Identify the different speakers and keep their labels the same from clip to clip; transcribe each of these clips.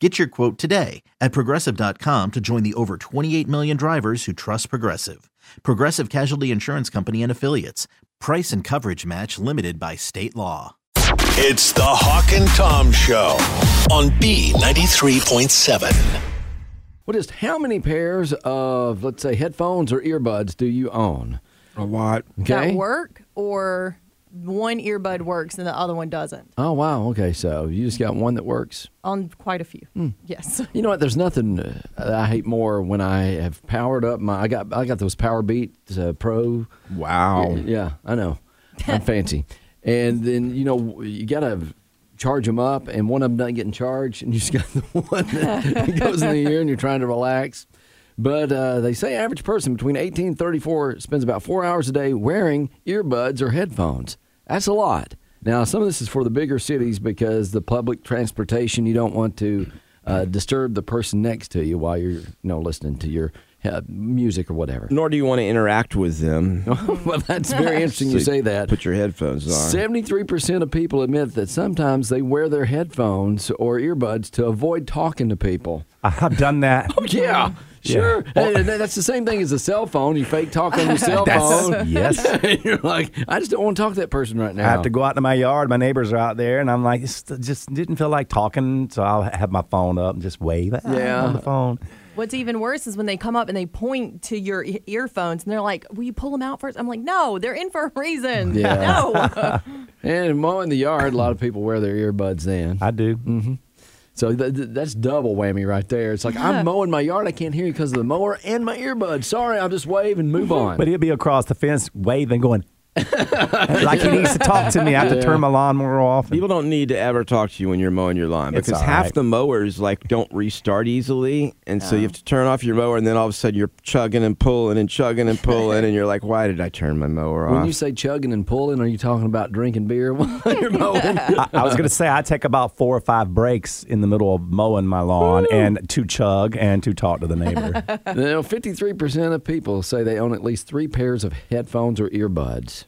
Speaker 1: Get your quote today at progressive.com to join the over 28 million drivers who trust Progressive. Progressive Casualty Insurance Company and Affiliates. Price and coverage match limited by state law.
Speaker 2: It's the Hawk and Tom Show on B93.7.
Speaker 3: Well, just how many pairs of, let's say, headphones or earbuds do you own?
Speaker 4: A lot.
Speaker 3: Okay.
Speaker 5: that work or one earbud works and the other one doesn't
Speaker 3: Oh, wow. Okay. So you just got one that works.
Speaker 5: on quite a few
Speaker 3: Hmm.
Speaker 5: yes
Speaker 3: You know what? There's nothing uh, I hate more when I have powered up my. I got I got those Power Beat uh, Pro.
Speaker 6: Oh.
Speaker 4: Wow.
Speaker 3: Yeah, I know. I'm fancy. And then you know you gotta charge them up, and one of them not getting charged, and you just got the one that goes in the ear, and you're trying to relax. But uh, they say average person between 18 and 34 spends about four hours a day wearing earbuds or headphones. That's a lot. Now, some of this is for the bigger cities because the public transportation, you don't want to uh, disturb the person next to you while you're you know, listening to your uh, music or whatever.
Speaker 6: nor do you want to interact with them.
Speaker 3: well, that's very interesting Oh, you
Speaker 6: So
Speaker 3: say that.
Speaker 6: Put your headphones on.
Speaker 3: 73% of people admit that sometimes they wear their headphones or earbuds to avoid talking to people. Oh,
Speaker 7: I've done that.
Speaker 3: Yeah, sure. And- and that's the same thing as a cell phone. You fake talk on your cell phone.
Speaker 7: yes.
Speaker 3: You're like, I just don't want to talk to that person right now.
Speaker 7: I have to go out to my yard. My neighbors are out there, and I'm like, it's- just didn't feel like talking, so I'll have my phone up and just wave "Ah,"
Speaker 3: Yeah.
Speaker 7: on the phone.
Speaker 5: what's even worse is when they come up and they point to your e- earphones and they're like will you pull them out first i'm like no they're in for a reason
Speaker 3: Yeah.
Speaker 5: no
Speaker 3: And mowing the yard, a lot of people wear their earbuds then.
Speaker 7: I do. mm-hmm.
Speaker 3: So th- th- that's double whammy right there. It's like, I'm mowing my yard. I can't hear you because of the mower and my earbuds. Sorry, I'll just wave and move on.
Speaker 7: But he'll be across the fence waving, going like he needs to talk to me. I have to turn my lawnmower off.
Speaker 6: People don't need to ever talk to you when you're mowing your lawn
Speaker 7: It's
Speaker 6: because
Speaker 7: all
Speaker 6: half
Speaker 7: right.
Speaker 6: the mowers like don't restart easily, and
Speaker 3: Uh-huh.
Speaker 6: so you have to turn off your mower, and then all of a sudden you're chugging and pulling and chugging and pulling, and you're like, "Why did I turn my mower
Speaker 3: when
Speaker 6: off?"
Speaker 3: you say chugging and pulling, are you talking about drinking beer while you're mowing?
Speaker 7: I, I was gonna say I take about four or five breaks in the middle of mowing my lawn and to chug and to talk to the neighbor.
Speaker 3: Now, 53% of people say they own at least three pairs of headphones or earbuds.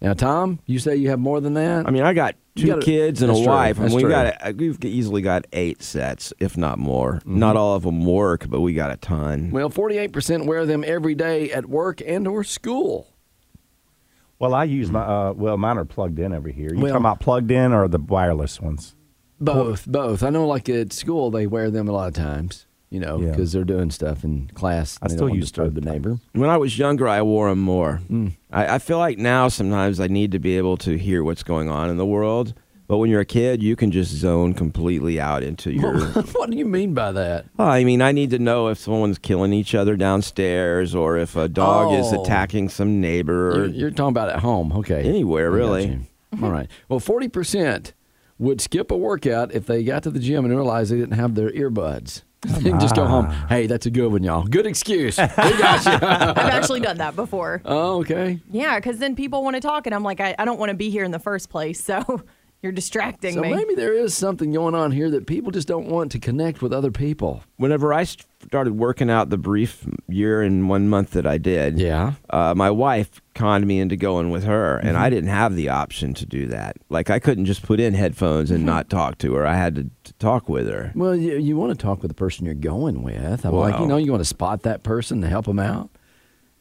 Speaker 3: Now, Tom, you say you have more than that?
Speaker 6: I mean, I got
Speaker 3: You
Speaker 6: two
Speaker 3: gotta-
Speaker 6: kids and a
Speaker 3: that's true,
Speaker 6: wife, and
Speaker 3: that's
Speaker 6: we
Speaker 3: true.
Speaker 6: got a- we've easily got eight sets, if not more.
Speaker 3: Mm-hmm.
Speaker 6: Not all of them work, but we got a ton.
Speaker 3: well, 48% wear them every day at work and or school.
Speaker 7: well, I use my uh, well, mine are plugged in over here. You
Speaker 3: Well-
Speaker 7: talking about plugged in or the wireless ones?
Speaker 3: Both, both. I know, like at school, they wear them a lot of times, you know,
Speaker 7: Yeah.
Speaker 3: because they're doing stuff in class.
Speaker 7: I
Speaker 3: and they
Speaker 7: still
Speaker 3: don't wanna
Speaker 7: use
Speaker 3: disturb the
Speaker 7: both
Speaker 3: neighbor.
Speaker 6: When I was younger, I wore them more.
Speaker 3: Hmm.
Speaker 6: I, I feel like now sometimes I need to be able to hear what's going on in the world. But when you're a kid, you can just zone completely out into your.
Speaker 3: what do you mean by that?
Speaker 6: Well, I mean, I need to know if someone's killing each other downstairs or if a dog is
Speaker 3: Oh.
Speaker 6: attacking some neighbor. Or,
Speaker 3: You're, you're talking about at home, okay?
Speaker 6: Anywhere,
Speaker 3: I got
Speaker 6: really.
Speaker 3: you. All right. Well, forty percent would skip a workout if they got to the gym and realized they didn't have their earbuds. They can just go home. Hey, that's a good one, y'all. Good excuse. We got you.
Speaker 5: i've actually done that before
Speaker 3: oh, okay.
Speaker 5: yeah because then people want to talk and i'm like i, I don't want to be here in the first place so you're distracting
Speaker 3: So
Speaker 5: me
Speaker 3: maybe there is something going on here that people just don't want to connect with other people.
Speaker 6: whenever I started working out the brief year and one month that I did,
Speaker 3: Yeah.
Speaker 6: uh, my wife conned me into going with her, and I didn't have the option to do that. Like I couldn't just put in headphones and not talk to her. I had to, to talk with her.
Speaker 3: Well, you, you want to talk with the person you're going with. I'm like, you
Speaker 6: Wow.
Speaker 3: know, you want to spot that person to help them out.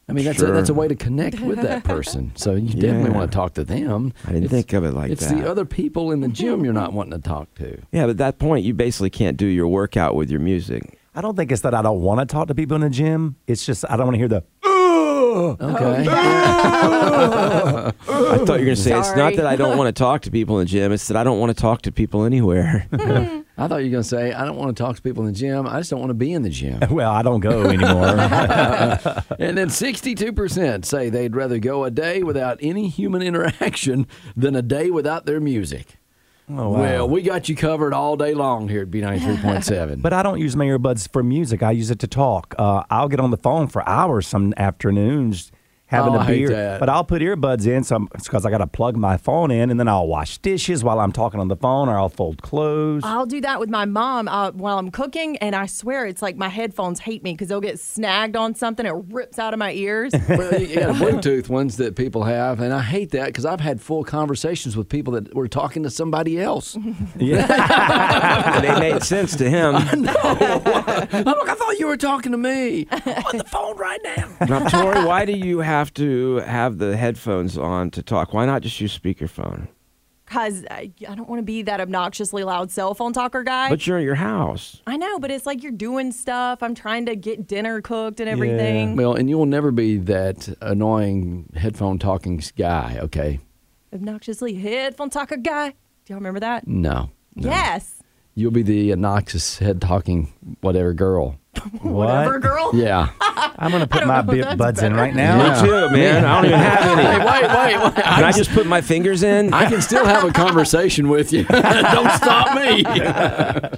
Speaker 3: I mean, that's a,
Speaker 6: Sure.
Speaker 3: that's a way to connect with that person. So you definitely
Speaker 6: Yeah.
Speaker 3: want to talk to them.
Speaker 6: I didn't think of it like
Speaker 3: it's
Speaker 6: that.
Speaker 3: the other people in the gym you're not wanting to talk to.
Speaker 6: Yeah, but at that point, you basically can't do your workout with your music.
Speaker 7: I don't think it's that I don't want to talk to people in the gym. It's just I don't want to hear the ooh
Speaker 3: Okay.
Speaker 6: I thought you were going to say it's not
Speaker 5: Sorry.
Speaker 6: that I don't want to talk to people in the gym; it's that I don't want to talk to people anywhere.
Speaker 3: I thought you were going to say, I don't want to talk to people in the gym. I just don't want to be in the gym.
Speaker 7: Well, I don't go anymore.
Speaker 3: and then 62% say they'd rather go a day without any human interaction than a day without their music.
Speaker 7: Oh, wow.
Speaker 3: Well, we got you covered all day long here at B93.7.
Speaker 7: But I don't use my earbuds for music. I use it to talk. Uh, I'll get on the phone for hours some afternoons having
Speaker 3: Oh,
Speaker 7: a
Speaker 3: I hate
Speaker 7: beer.
Speaker 3: that.
Speaker 7: But I'll put earbuds in some because I got to plug my phone in and then I'll wash dishes while I'm talking on the phone or I'll fold clothes.
Speaker 5: I'll do that with my mom uh, while I'm cooking, and I swear it's like my headphones hate me because they'll get snagged on something. It rips out of my ears.
Speaker 3: Well, you got Bluetooth ones that people have, and I hate that because I've had full conversations with people that were talking to somebody else.
Speaker 6: and it made sense to him.
Speaker 3: Oh, look, I thought you were talking to me I'm on the phone right now.
Speaker 6: Now, Tori, why do you have to have the headphones on to talk? Why not just use speakerphone?
Speaker 5: Because I, I don't want to be that obnoxiously loud cell phone talker guy.
Speaker 6: But you're at your house.
Speaker 5: I know, but it's like you're doing stuff. I'm trying to get dinner cooked and everything.
Speaker 3: Well, and you will never be that annoying headphone talking guy, okay?
Speaker 5: Obnoxiously headphone talker guy. Do y'all remember that?
Speaker 3: No. no.
Speaker 5: Yes.
Speaker 3: You'll be the obnoxious head talking whatever girl.
Speaker 7: what?
Speaker 5: Whatever, girl.
Speaker 3: Yeah.
Speaker 7: I'm going to put my
Speaker 5: know if
Speaker 7: bit
Speaker 5: that's
Speaker 7: buds in
Speaker 5: better.
Speaker 7: right now.
Speaker 6: Me too, man. I don't even have
Speaker 3: wait,
Speaker 6: any.
Speaker 3: wait, wait.
Speaker 6: Can I just put my fingers in?
Speaker 3: I can still have a conversation with you. Don't stop me.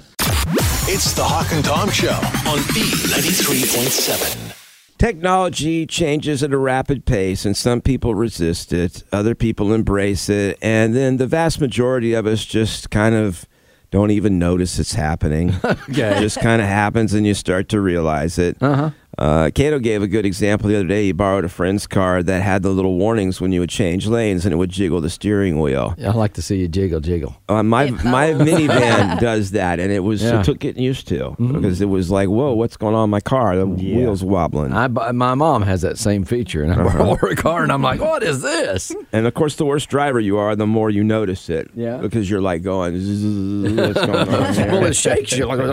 Speaker 2: It's the Hawk and Tom Show on B93.7.
Speaker 6: Technology changes at a rapid pace, and some people resist it, other people embrace it, and then the vast majority of us just kind of don't even notice it's happening. It just kind of happens, and you start to realize it. Uh-huh. Uh, Cato gave a good example the other day. He borrowed a friend's car that had the little warnings when you would change lanes, and it would jiggle the steering wheel.
Speaker 3: I like to see you jiggle, jiggle.
Speaker 6: Uh, my my minivan does that, and it was
Speaker 3: Yeah. Mm-hmm.
Speaker 6: it took getting used to because it was like, whoa, what's going on in my car? The wheels wobbling,
Speaker 3: I, bu- my mom has that same feature, and I borrow her car, and I'm like, "What is this?"
Speaker 6: and of course, the worse driver you are, the more you notice it.
Speaker 3: Yeah.
Speaker 6: because you're like going, "Zzz, what's going on? here?"
Speaker 3: well, it shakes you. Like,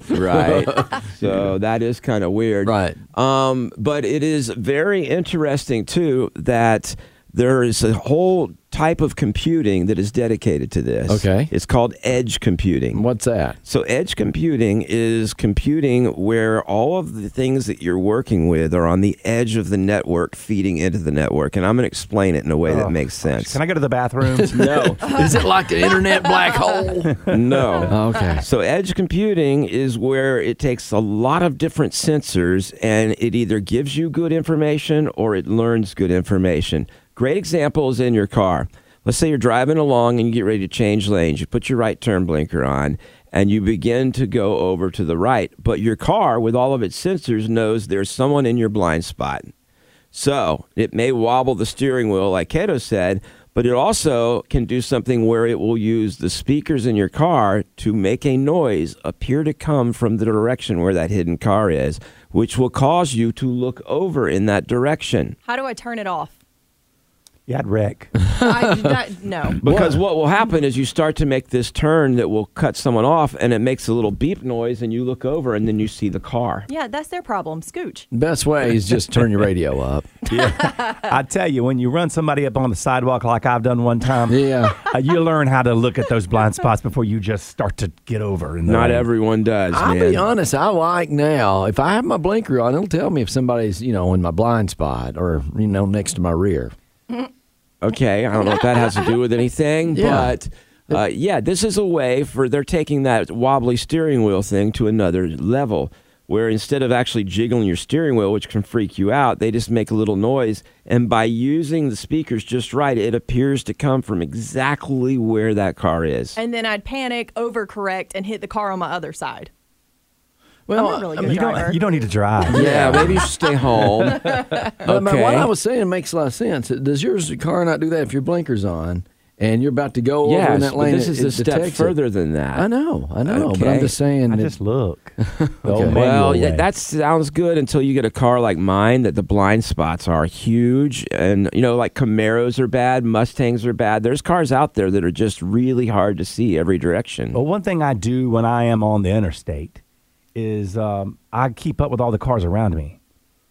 Speaker 6: right. So that is kind of weird.
Speaker 3: Right.
Speaker 6: Um, but it is very interesting too that there is a whole type of computing that is dedicated to this.
Speaker 3: Okay.
Speaker 6: It's called edge computing.
Speaker 3: What's that?
Speaker 6: So edge computing is computing where all of the things that you're working with are on the edge of the network feeding into the network. And I'm going to explain it in a way that makes sense.
Speaker 7: Oh, Can I go to the bathroom?
Speaker 6: no,
Speaker 3: Is it like an internet black hole?
Speaker 6: no.
Speaker 3: Okay.
Speaker 6: So edge computing is where it takes a lot of different sensors and it either gives you good information or it learns good information. Great example is in your car. Let's say you're driving along and you get ready to change lanes. You put your right turn blinker on and you begin to go over to the right, but your car with all of its sensors knows there's someone in your blind spot. So it may wobble the steering wheel, like Kato said, but it also can do something where it will use the speakers in your car to make a noise appear to come from the direction where that hidden car is, which will cause you to look over in that direction.
Speaker 5: How do I turn it off?
Speaker 7: yeah, I'd wreck.
Speaker 5: I, that, no.
Speaker 6: Because what will happen is you start to make this turn that will cut someone off, and it makes a little beep noise, and you look over, and then you see the car.
Speaker 5: Yeah, that's their problem. Scooch.
Speaker 3: Best way is just turn your radio up.
Speaker 7: I tell you, when you run somebody up on the sidewalk like I've done one time,
Speaker 3: Yeah.
Speaker 7: uh, you learn how to look at those blind spots before you just start to get over. in the
Speaker 6: Not
Speaker 7: lane.
Speaker 6: everyone does,
Speaker 3: I'll
Speaker 6: man.
Speaker 3: be honest. I like now. If I have my blinker on, it'll tell me if somebody's you know in my blind spot or you know next to my rear.
Speaker 6: Okay, I don't know if that has to do with anything,
Speaker 3: Yeah.
Speaker 6: but uh, yeah, this is a way for they're taking that wobbly steering wheel thing to another level, where instead of actually jiggling your steering wheel, which can freak you out, they just make a little noise, and by using the speakers just right, it appears to come from exactly where that car is.
Speaker 5: And then I'd panic, overcorrect, and hit the car on my other side.
Speaker 3: Well,
Speaker 5: I'm a really
Speaker 3: Oh, I
Speaker 5: good
Speaker 3: mean,
Speaker 7: You don't, you don't need to drive.
Speaker 6: yeah, maybe you should stay home. okay.
Speaker 3: But man, what I was saying makes a lot of sense. Does yours car not do that if your blinker's on and you're about to go over
Speaker 6: yes,
Speaker 3: in that
Speaker 6: but
Speaker 3: lane?
Speaker 6: this
Speaker 3: it-
Speaker 6: is
Speaker 3: it
Speaker 6: a step
Speaker 3: detects it?
Speaker 6: further than that.
Speaker 3: I know, I know, but I'm
Speaker 6: Okay.
Speaker 3: just saying.
Speaker 7: I
Speaker 3: that-
Speaker 7: just look. The old
Speaker 3: Okay.
Speaker 7: manual
Speaker 6: Well, yeah,
Speaker 7: way.
Speaker 6: that sounds good until you get a car like mine that the blind spots are huge. And, you know, like Camaros are bad, Mustangs are bad. There's cars out there that are just really hard to see every direction.
Speaker 7: Well, one thing I do when I am on the interstate is um, I keep up with all the cars around me.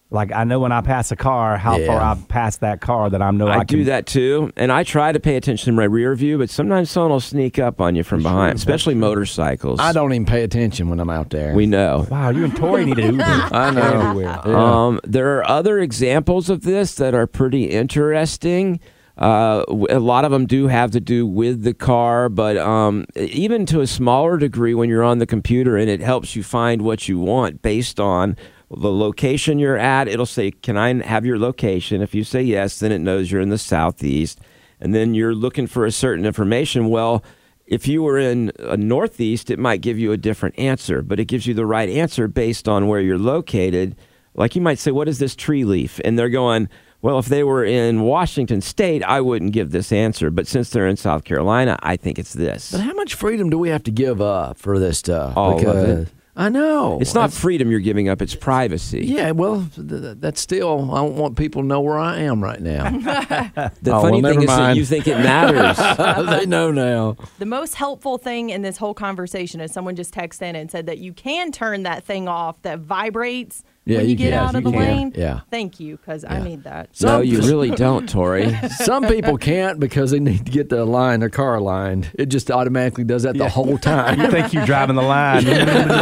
Speaker 7: Like I know when I pass a car, how far
Speaker 3: Yeah.
Speaker 7: I pass that car that I know I,
Speaker 6: I, do
Speaker 7: can-
Speaker 6: that too, and I try to pay attention to my rear view, but sometimes someone will sneak up on you from behind, especially motorcycles.
Speaker 3: I don't even pay attention when I'm out there.
Speaker 6: We know.
Speaker 7: Wow, you and Tori need an Uber.
Speaker 3: I know.
Speaker 7: Everywhere.
Speaker 6: Um, there are other examples of this that are pretty interesting. Uh, w- a lot of them do have to do with the car, but um, even to a smaller degree, when you're on the computer and it helps you find what you want based on the location you're at, it'll say, Can I have your location? If you say yes, then it knows you're in the southeast. And then you're looking for a certain information. Well, if you were in a northeast, it might give you a different answer, but it gives you the right answer based on where you're located. Like you might say, What is this tree leaf? And they're going, Well, if they were in Washington state, I wouldn't give this answer. But since they're in South Carolina, I think it's this.
Speaker 3: But how much freedom do we have to give up for this stuff?
Speaker 6: All of it.
Speaker 3: I know.
Speaker 6: It's not freedom you're giving up, it's privacy.
Speaker 3: Yeah, well, th- th- that's still, I don't want people to know where I am right now.
Speaker 6: The
Speaker 3: Oh, well,
Speaker 6: funny thing
Speaker 3: never
Speaker 6: is that
Speaker 3: mind.
Speaker 6: you think it matters.
Speaker 3: they know now.
Speaker 5: The most helpful thing in this whole conversation is someone just texted in and said that you can turn that thing off that vibrates
Speaker 3: Yeah,
Speaker 5: when you,
Speaker 3: you can.
Speaker 5: get out of
Speaker 3: You
Speaker 5: the
Speaker 3: can.
Speaker 5: lane.
Speaker 3: Yeah.
Speaker 5: Thank you, because I need that.
Speaker 6: no, you really don't, Tori.
Speaker 3: Some people can't because they need to get their line, their car lined. It just automatically does that the whole time.
Speaker 7: You think you're driving the line?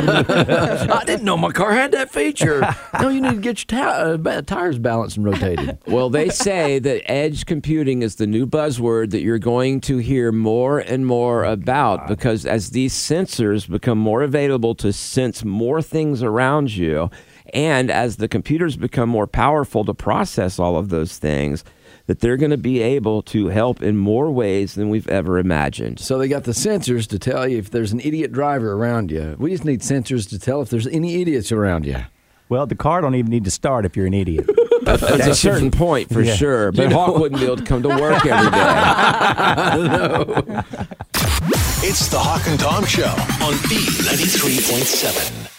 Speaker 3: I didn't know my car had that feature. no, you need to get your ti- uh, ba- tires balanced and rotated.
Speaker 6: Well, they say that edge computing is the new buzzword that you're going to hear more and more about because as these sensors become more available to sense more things around you, and as the computers become more powerful to process all of those things, that they're going to be able to help in more ways than we've ever imagined.
Speaker 3: So they got the sensors to tell you if there's an idiot driver around you. We just need sensors to tell if there's any idiots around you.
Speaker 7: well, the car don't even need to start if you're an idiot.
Speaker 6: That's a certain point for sure, but Hawk wouldn't be able to come to work every day.
Speaker 2: It's the Hawk and Tom Show on B93.7.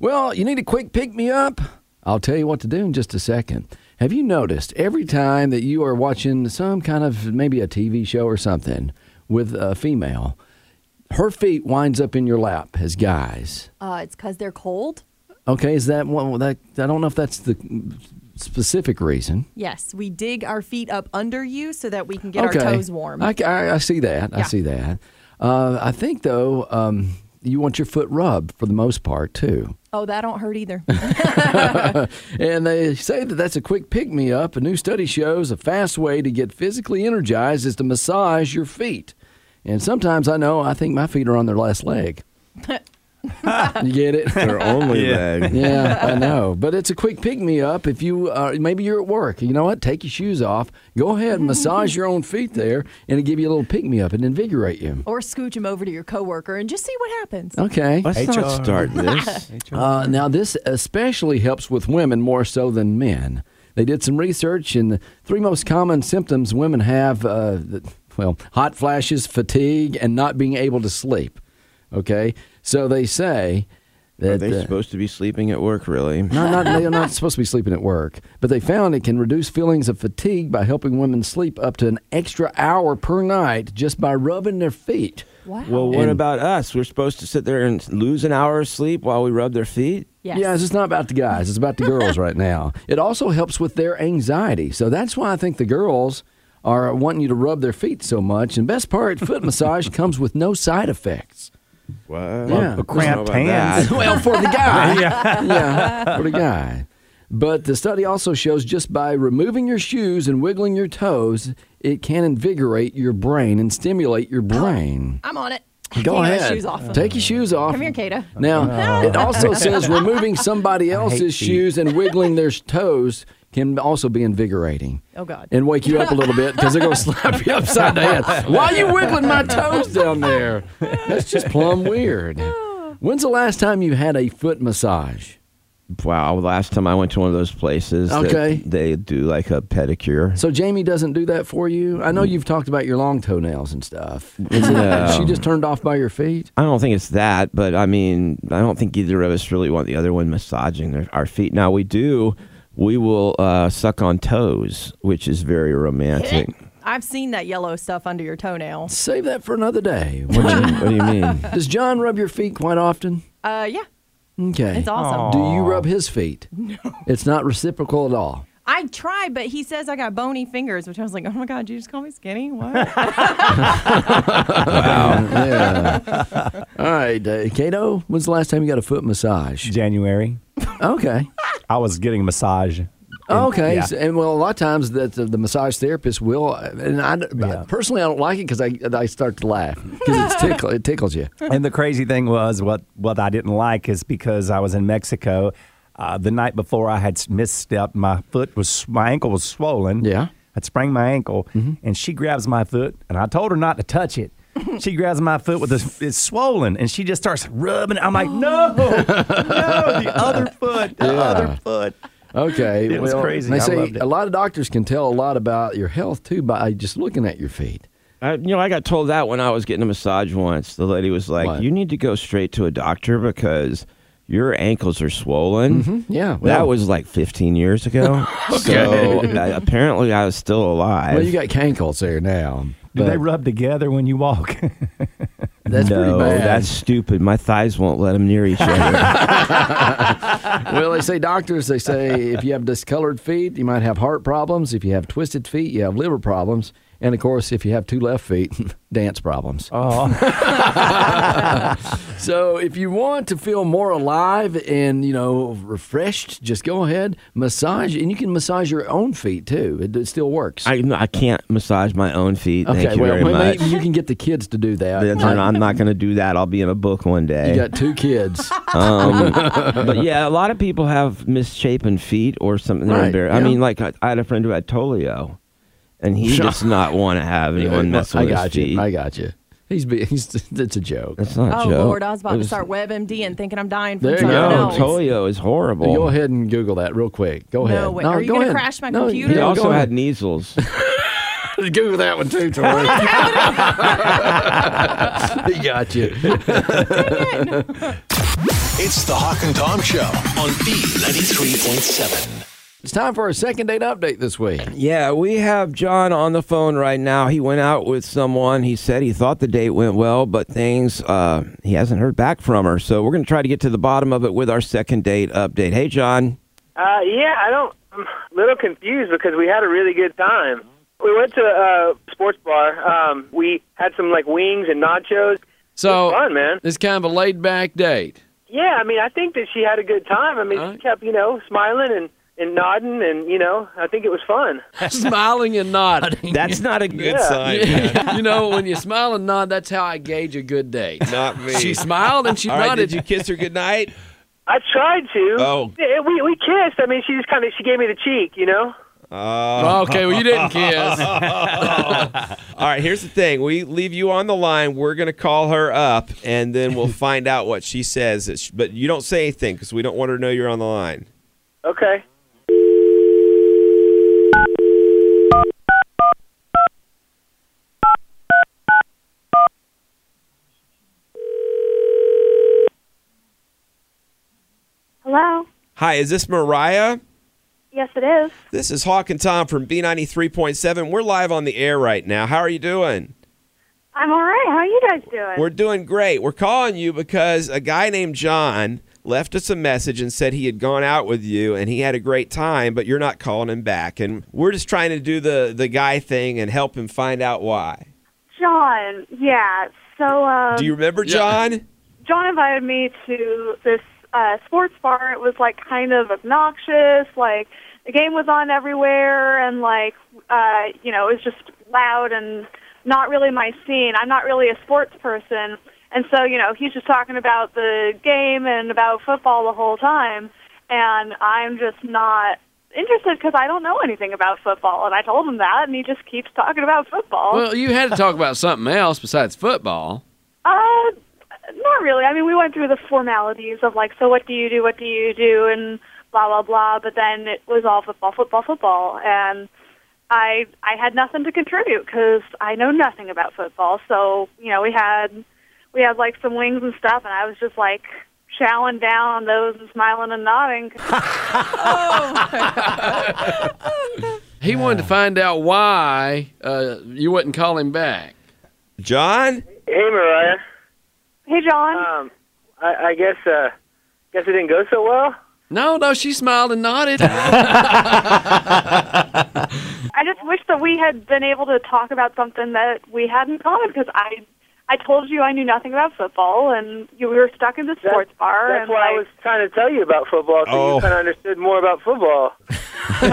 Speaker 3: Well, you need a quick pick me up? I'll tell you what to do in just a second. Have you noticed every time that you are watching some kind of maybe a TV show or something with a female, her feet winds up in your lap as guys?
Speaker 5: Uh, it's because they're cold.
Speaker 3: Okay, is that one that I don't know if that's the specific reason.
Speaker 5: Yes, we dig our feet up under you so that we can get
Speaker 3: okay.
Speaker 5: our toes warm.
Speaker 3: I, I, I see that. I
Speaker 5: Yeah.
Speaker 3: see that. Uh, I think though, um, you want your foot rubbed for the most part too.
Speaker 5: oh, that don't hurt either.
Speaker 3: And they say that that's a quick pick me up. A new study shows a fast way to get physically energized is to massage your feet. And sometimes I know I think my feet are on their last leg. you get it?
Speaker 6: Their only leg.
Speaker 3: yeah, I know. But it's a quick pick me up. If you uh, maybe you're at work, you know what? Take your shoes off. Go ahead, and massage your own feet there, and it give you a little pick me up and invigorate you.
Speaker 5: or scooch them over to your coworker and just see what happens.
Speaker 3: Okay.
Speaker 6: Let's not start this.
Speaker 3: Uh, now, this especially helps with women more so than men. They did some research, and the three most common symptoms women have uh, th- well, hot flashes, fatigue, and not being able to sleep. Okay? So they say that.
Speaker 6: Are they
Speaker 3: uh,
Speaker 6: supposed to be sleeping at work, really?
Speaker 3: no, not, they're not supposed to be sleeping at work, but they found it can reduce feelings of fatigue by helping women sleep up to an extra hour per night just by rubbing their feet.
Speaker 5: Wow.
Speaker 6: Well, what
Speaker 3: And-
Speaker 6: about us? We're supposed to sit there and lose an hour of sleep while we rub their feet?
Speaker 5: yes.
Speaker 3: Yeah, it's just not about the guys. It's about the girls right now. It also helps with their anxiety. So that's why I think the girls are wanting you to rub their feet so much. And best part, foot massage comes with no side effects.
Speaker 6: Wow.
Speaker 3: Yeah.
Speaker 7: A cramped hands.
Speaker 3: well, for the guy. yeah. for the guy. But the study also shows just by removing your shoes and wiggling your toes, it can invigorate your brain and stimulate your brain.
Speaker 5: I'm on it.
Speaker 3: Go
Speaker 5: Taking my
Speaker 3: ahead.
Speaker 5: Oh. shoes off.
Speaker 3: Take your shoes off.
Speaker 5: Come here, Kato.
Speaker 3: Now, it also says removing somebody else's shoes and wiggling their toes can also be invigorating.
Speaker 5: Oh, God.
Speaker 3: And wake you up a little bit because they're going to slap you upside the head. Why are you wiggling my toes down there? That's just plumb weird. When's the last time you had a foot massage?
Speaker 6: Wow. Last time I went to one of those places, that
Speaker 3: Okay.
Speaker 6: they do like a pedicure.
Speaker 3: So Jamie doesn't do that for you. I know you've talked about your long toenails and stuff. Is it-
Speaker 6: No.
Speaker 3: She just turned off by your feet.
Speaker 6: I don't think it's that, but I mean, I don't think either of us really want the other one massaging their, our feet. Now we do. We will uh, suck on toes, which is very romantic.
Speaker 5: I've seen that yellow stuff under your toenail.
Speaker 3: Save that for another day.
Speaker 6: what do you mean?
Speaker 3: Does John rub your feet quite often?
Speaker 5: Uh, yeah.
Speaker 3: Okay.
Speaker 5: It's awesome.
Speaker 3: Do you rub his feet? No. It's not reciprocal at all.
Speaker 5: I tried, but he says I got bony fingers, which I was like, oh my God, you just call me skinny? What?
Speaker 3: yeah. All right, uh, Kato. When's the last time you got a foot massage?
Speaker 7: January.
Speaker 3: Okay.
Speaker 7: I was getting a massage.
Speaker 6: Oh,
Speaker 3: Okay,
Speaker 7: yeah.
Speaker 3: so- and well, a lot of times that the, the massage therapist will, and I
Speaker 7: Yeah.
Speaker 3: personally I don't like it because I I start to laugh because it's tickle it tickles you.
Speaker 7: and the crazy thing was what what I didn't like is because I was in Mexico uh, the night before I had s- misstepped my foot was my ankle was swollen
Speaker 3: Yeah.
Speaker 7: I sprained my ankle
Speaker 6: Mm-hmm.
Speaker 7: and she grabs my foot and I told her not to touch it she grabs my foot with a, it's swollen and she just starts rubbing it. I'm like no no the other foot the other foot
Speaker 3: Okay,
Speaker 7: It was
Speaker 3: well,
Speaker 7: crazy.
Speaker 3: They
Speaker 7: I
Speaker 3: say
Speaker 7: loved it.
Speaker 3: a lot of doctors can tell a lot about your health too by just looking at your feet.
Speaker 6: I, you know, I got told that when I was getting a massage once. The lady was like,
Speaker 3: What?
Speaker 6: "You need to go straight to a doctor because your ankles are swollen."
Speaker 3: Mm-hmm. Yeah,
Speaker 6: that
Speaker 3: well-
Speaker 6: was like 15 years ago. So I, apparently, I was still alive.
Speaker 3: Well, you got cankles there now.
Speaker 7: do
Speaker 3: but
Speaker 7: they rub together when you walk
Speaker 3: that's pretty
Speaker 6: no,
Speaker 3: bad.
Speaker 6: that's stupid. My thighs won't let them near each other.
Speaker 3: well, they say doctors, they say if you have discolored feet, you might have heart problems. If you have twisted feet, you have liver problems. And of course, if you have two left feet, dance problems.
Speaker 7: oh
Speaker 3: So if you want to feel more alive and, you know, refreshed, just go ahead, massage. And you can massage your own feet too. It, it still works.
Speaker 6: I, no, I can't massage my own feet.
Speaker 3: okay,
Speaker 6: Thank you
Speaker 3: well,
Speaker 6: very
Speaker 3: maybe
Speaker 6: much.
Speaker 3: you can get the kids to do that.
Speaker 6: Then I'm not going to do that. I'll be in a book one day.
Speaker 3: You got two kids.
Speaker 6: Um, but yeah, a lot of people have misshapen feet or something. They're
Speaker 3: Right,
Speaker 6: embarrassed.
Speaker 3: yeah.
Speaker 6: I mean, like I, I had a friend who had polio, and he does not want to have anyone mess with
Speaker 3: I got
Speaker 6: his
Speaker 3: you.
Speaker 6: feet.
Speaker 3: I got you. He's, be- he's it's a joke.
Speaker 6: That's not a
Speaker 5: oh,
Speaker 6: joke.
Speaker 5: Lord, I was about
Speaker 6: It
Speaker 5: to start WebMD and thinking I'm dying from
Speaker 3: There you
Speaker 5: something
Speaker 3: go.
Speaker 6: No,
Speaker 5: else.
Speaker 6: polio is horrible.
Speaker 3: Go ahead and Google that real quick. Go ahead.
Speaker 5: No, wait, are you
Speaker 3: go
Speaker 5: gonna
Speaker 3: ahead.
Speaker 5: crash my
Speaker 3: No,
Speaker 5: computer?
Speaker 6: He
Speaker 3: yeah,
Speaker 6: also
Speaker 3: go
Speaker 6: had
Speaker 3: ahead.
Speaker 6: measles.
Speaker 3: Google that one too, Tori. he got you.
Speaker 2: It's the Hawk and Tom Show on B93.7.
Speaker 3: It's time for our second date update this week.
Speaker 6: yeah, we have John on the phone right now. He went out with someone. He said he thought the date went well, but things uh, he hasn't heard back from her. So we're going to try to get to the bottom of it with our second date update. Hey, John.
Speaker 4: Uh, yeah, I don't. I'm a little confused because we had a really good time. We went to a uh, sports bar. Um, we had some like wings and nachos.
Speaker 3: So
Speaker 4: It was fun, man.
Speaker 3: It's kind of a laid back date.
Speaker 4: Yeah, I mean, I think that she had a good time. I mean,
Speaker 3: All right.
Speaker 4: she kept, you know, smiling and and nodding, and you know, I think it was fun.
Speaker 3: Smiling and nodding.
Speaker 6: That's not a good sign.
Speaker 3: you know, when you smile and nod, that's how I gauge a good date.
Speaker 6: Not me.
Speaker 3: She smiled and she
Speaker 6: All right,
Speaker 3: nodded.
Speaker 6: did you kiss her goodnight?
Speaker 4: I tried to.
Speaker 6: Oh.
Speaker 4: Yeah, we we kissed. I mean, she just kind of she gave me the cheek, you know.
Speaker 3: okay, well, you didn't kiss.
Speaker 6: Oh, All right, here's the thing. We leave you on the line. We're going to call her up, and then we'll find out what she says. It's- But you don't say anything because we don't want her to know you're on the line.
Speaker 4: Okay.
Speaker 8: Hello.
Speaker 6: Hi, is this Mariah?
Speaker 8: Yes, it is.
Speaker 6: This is Hawk and Tom from B93.7. We're live on the air right now. How are you doing?
Speaker 8: I'm all right. How are you guys doing?
Speaker 6: We're doing great. We're calling you because a guy named John left us a message and said he had gone out with you and he had a great time, but you're not calling him back. And we're just trying to do the, the guy thing and help him find out why.
Speaker 8: John. Yeah. So um,
Speaker 6: Do you remember John?
Speaker 8: John invited me to this uh, sports bar. It was like kind of obnoxious. Like the game was on everywhere, and like uh, you know, it was just loud and not really my scene. I'm not really a sports person, and so you know, he's just talking about the game and about football the whole time, and I'm just not interested because I don't know anything about football. And I told him that, and he just keeps talking about football.
Speaker 9: Well, you had to talk about something else besides football.
Speaker 8: Uh, not really. I mean, we went through the formalities of like, so what do you do? What do you do? And blah blah blah. But then it was all football, football, football, and I I had nothing to contribute because I know nothing about football. So you know, we had we had like some wings and stuff, and I was just like chowing down on those and smiling and nodding.
Speaker 9: He wanted to find out why uh, you wouldn't call him back.
Speaker 6: John?
Speaker 4: Hey, Mariah.
Speaker 8: hey, John.
Speaker 4: Um, I, I guess uh,
Speaker 7: Guess it didn't go so well.
Speaker 3: No, Oh, no, she smiled and nodded.
Speaker 5: I just wish that we had been able to talk about something that we had in common because I, I told you I knew nothing about football and you we were stuck in the sports bar.
Speaker 7: That's
Speaker 5: and
Speaker 7: why I was trying to tell you about football, so
Speaker 5: Oh.
Speaker 7: you kind of understood more about football.
Speaker 10: well,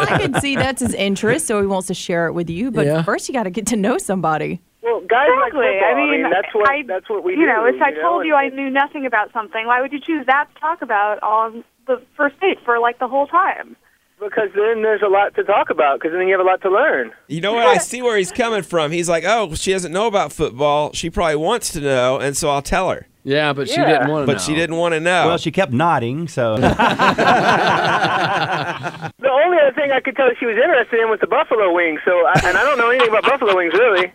Speaker 10: I can see that's his interest, so he wants to share it with you. But
Speaker 7: Yeah.
Speaker 10: first, you got to get to know somebody.
Speaker 7: Well, guys like
Speaker 5: exactly.
Speaker 7: football.
Speaker 5: I mean,
Speaker 7: that's what
Speaker 5: I,
Speaker 7: that's what we
Speaker 5: you know,
Speaker 7: do,
Speaker 5: if I
Speaker 7: you know,
Speaker 5: told
Speaker 7: and-
Speaker 5: you I knew nothing about something, why would you choose that to talk about on the first date for like the whole time?
Speaker 7: Because then there's a lot to talk about. Because then you have a lot to learn.
Speaker 6: You know what? I see where he's coming from. He's like, oh, she doesn't know about football. She probably wants to know, and so I'll tell her.
Speaker 3: Yeah, but she Yeah. didn't wanna
Speaker 6: But
Speaker 3: know.
Speaker 6: she didn't want to know.
Speaker 11: Well, she kept nodding, so.
Speaker 7: The only other thing I could tell she was interested in was the buffalo wings. So, I, and I don't know anything about buffalo wings really.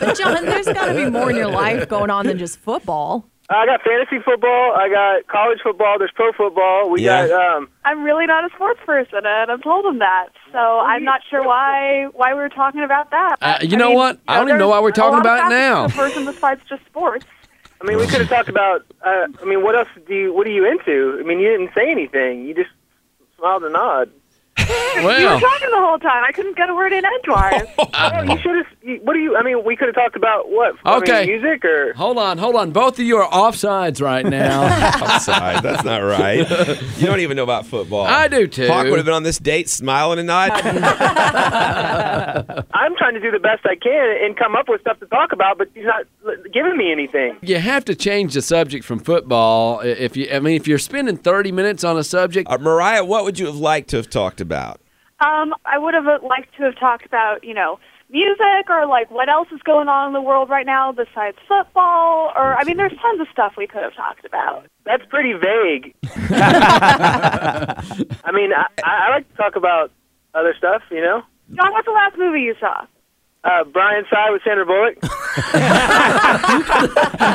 Speaker 10: But John, there's got to be more in your life going on than just football.
Speaker 7: I got fantasy football. I got college football. There's pro football. We
Speaker 6: Yeah.
Speaker 7: got um,
Speaker 5: I'm really not a sports person, and I've told him that. So I'm not sure why why we were talking about that.
Speaker 3: Uh, you know what? I don't even know why we're
Speaker 5: there's a
Speaker 3: talking
Speaker 5: lot
Speaker 3: about
Speaker 5: of
Speaker 3: it
Speaker 5: facets to
Speaker 3: now.
Speaker 5: The person besides just sports.
Speaker 7: I mean, we could have talked about. Uh, I mean, what else do you? What are you into? I mean, you didn't say anything. You just smiled and nodded.
Speaker 5: you were talking the whole time. I couldn't get a word in edgewise.
Speaker 7: Oh, you should have. you- What do you? I mean, we could have talked about what? I mean,
Speaker 3: Okay.
Speaker 7: music or?
Speaker 3: Hold on, hold on. Both of you are offsides right now.
Speaker 6: Sorry, that's not right. You don't even know about football.
Speaker 3: I do, too.
Speaker 6: Hawk would have been on this date smiling and nodding.
Speaker 7: I'm trying to do the best I can and come up with stuff to talk about, but she's not l- giving me anything.
Speaker 3: you have to change the subject from football. I- If you, I mean, if you're spending 30 minutes on a subject,
Speaker 6: Uh, Mariah, what would you have liked to have talked about?
Speaker 5: Um, I would have liked to have talked about, you know, music or like what else is going on in the world right now besides football or I mean there's tons of stuff we could have talked about.
Speaker 7: That's pretty vague. I mean, I, I like to talk about other stuff, you know.
Speaker 5: John, what's the last movie you saw?
Speaker 7: Uh, Brian Sy with Sandra Bullock.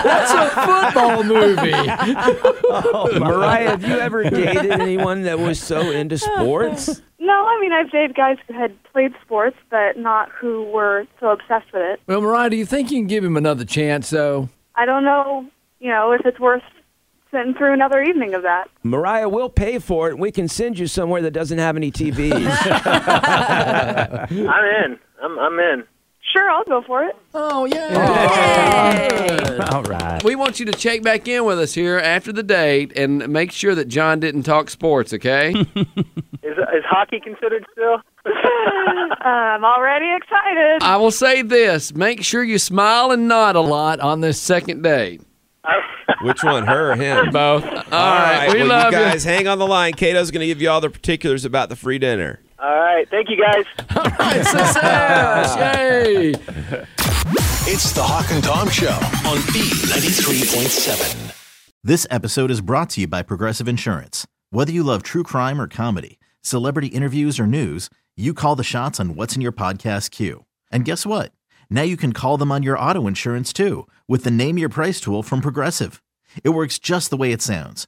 Speaker 3: That's a football movie.
Speaker 12: Mariah, have you ever dated anyone that was so into sports?
Speaker 5: No, I mean I've dated guys who had played sports but not who were so obsessed with it.
Speaker 3: well, Mariah, do you think you can give him another chance, though?
Speaker 5: I don't know, you know, if it's worth sitting through another evening of that.
Speaker 12: Mariah, we'll pay for it. We can send you somewhere that doesn't have any TVs.
Speaker 7: I'm in. I'm I'm in.
Speaker 5: Sure, I'll go for it.
Speaker 3: Oh
Speaker 11: All right.
Speaker 3: We want you to check back in with us here after the date and make sure that John didn't talk sports, okay?
Speaker 7: Is is hockey considered still?
Speaker 5: I'm already excited.
Speaker 3: I will say this make sure you smile and nod a lot on this second date.
Speaker 6: Which one, her or him?
Speaker 3: Both. All right, we
Speaker 6: well,
Speaker 3: love you.
Speaker 6: you guys. Hang on the line. Kato's going to give you all the particulars about the free dinner.
Speaker 7: All right. Thank you, guys.
Speaker 3: All right. Success. Yay.
Speaker 2: It's the Hawk and Tom Show on E B93.7.
Speaker 1: This episode is brought to you by Progressive Insurance. Whether you love true crime or comedy, celebrity interviews or news, you call the shots on what's in your podcast queue. And guess what? Now you can call them on your auto insurance too with the Name Your Price tool from Progressive. It works just the way it sounds.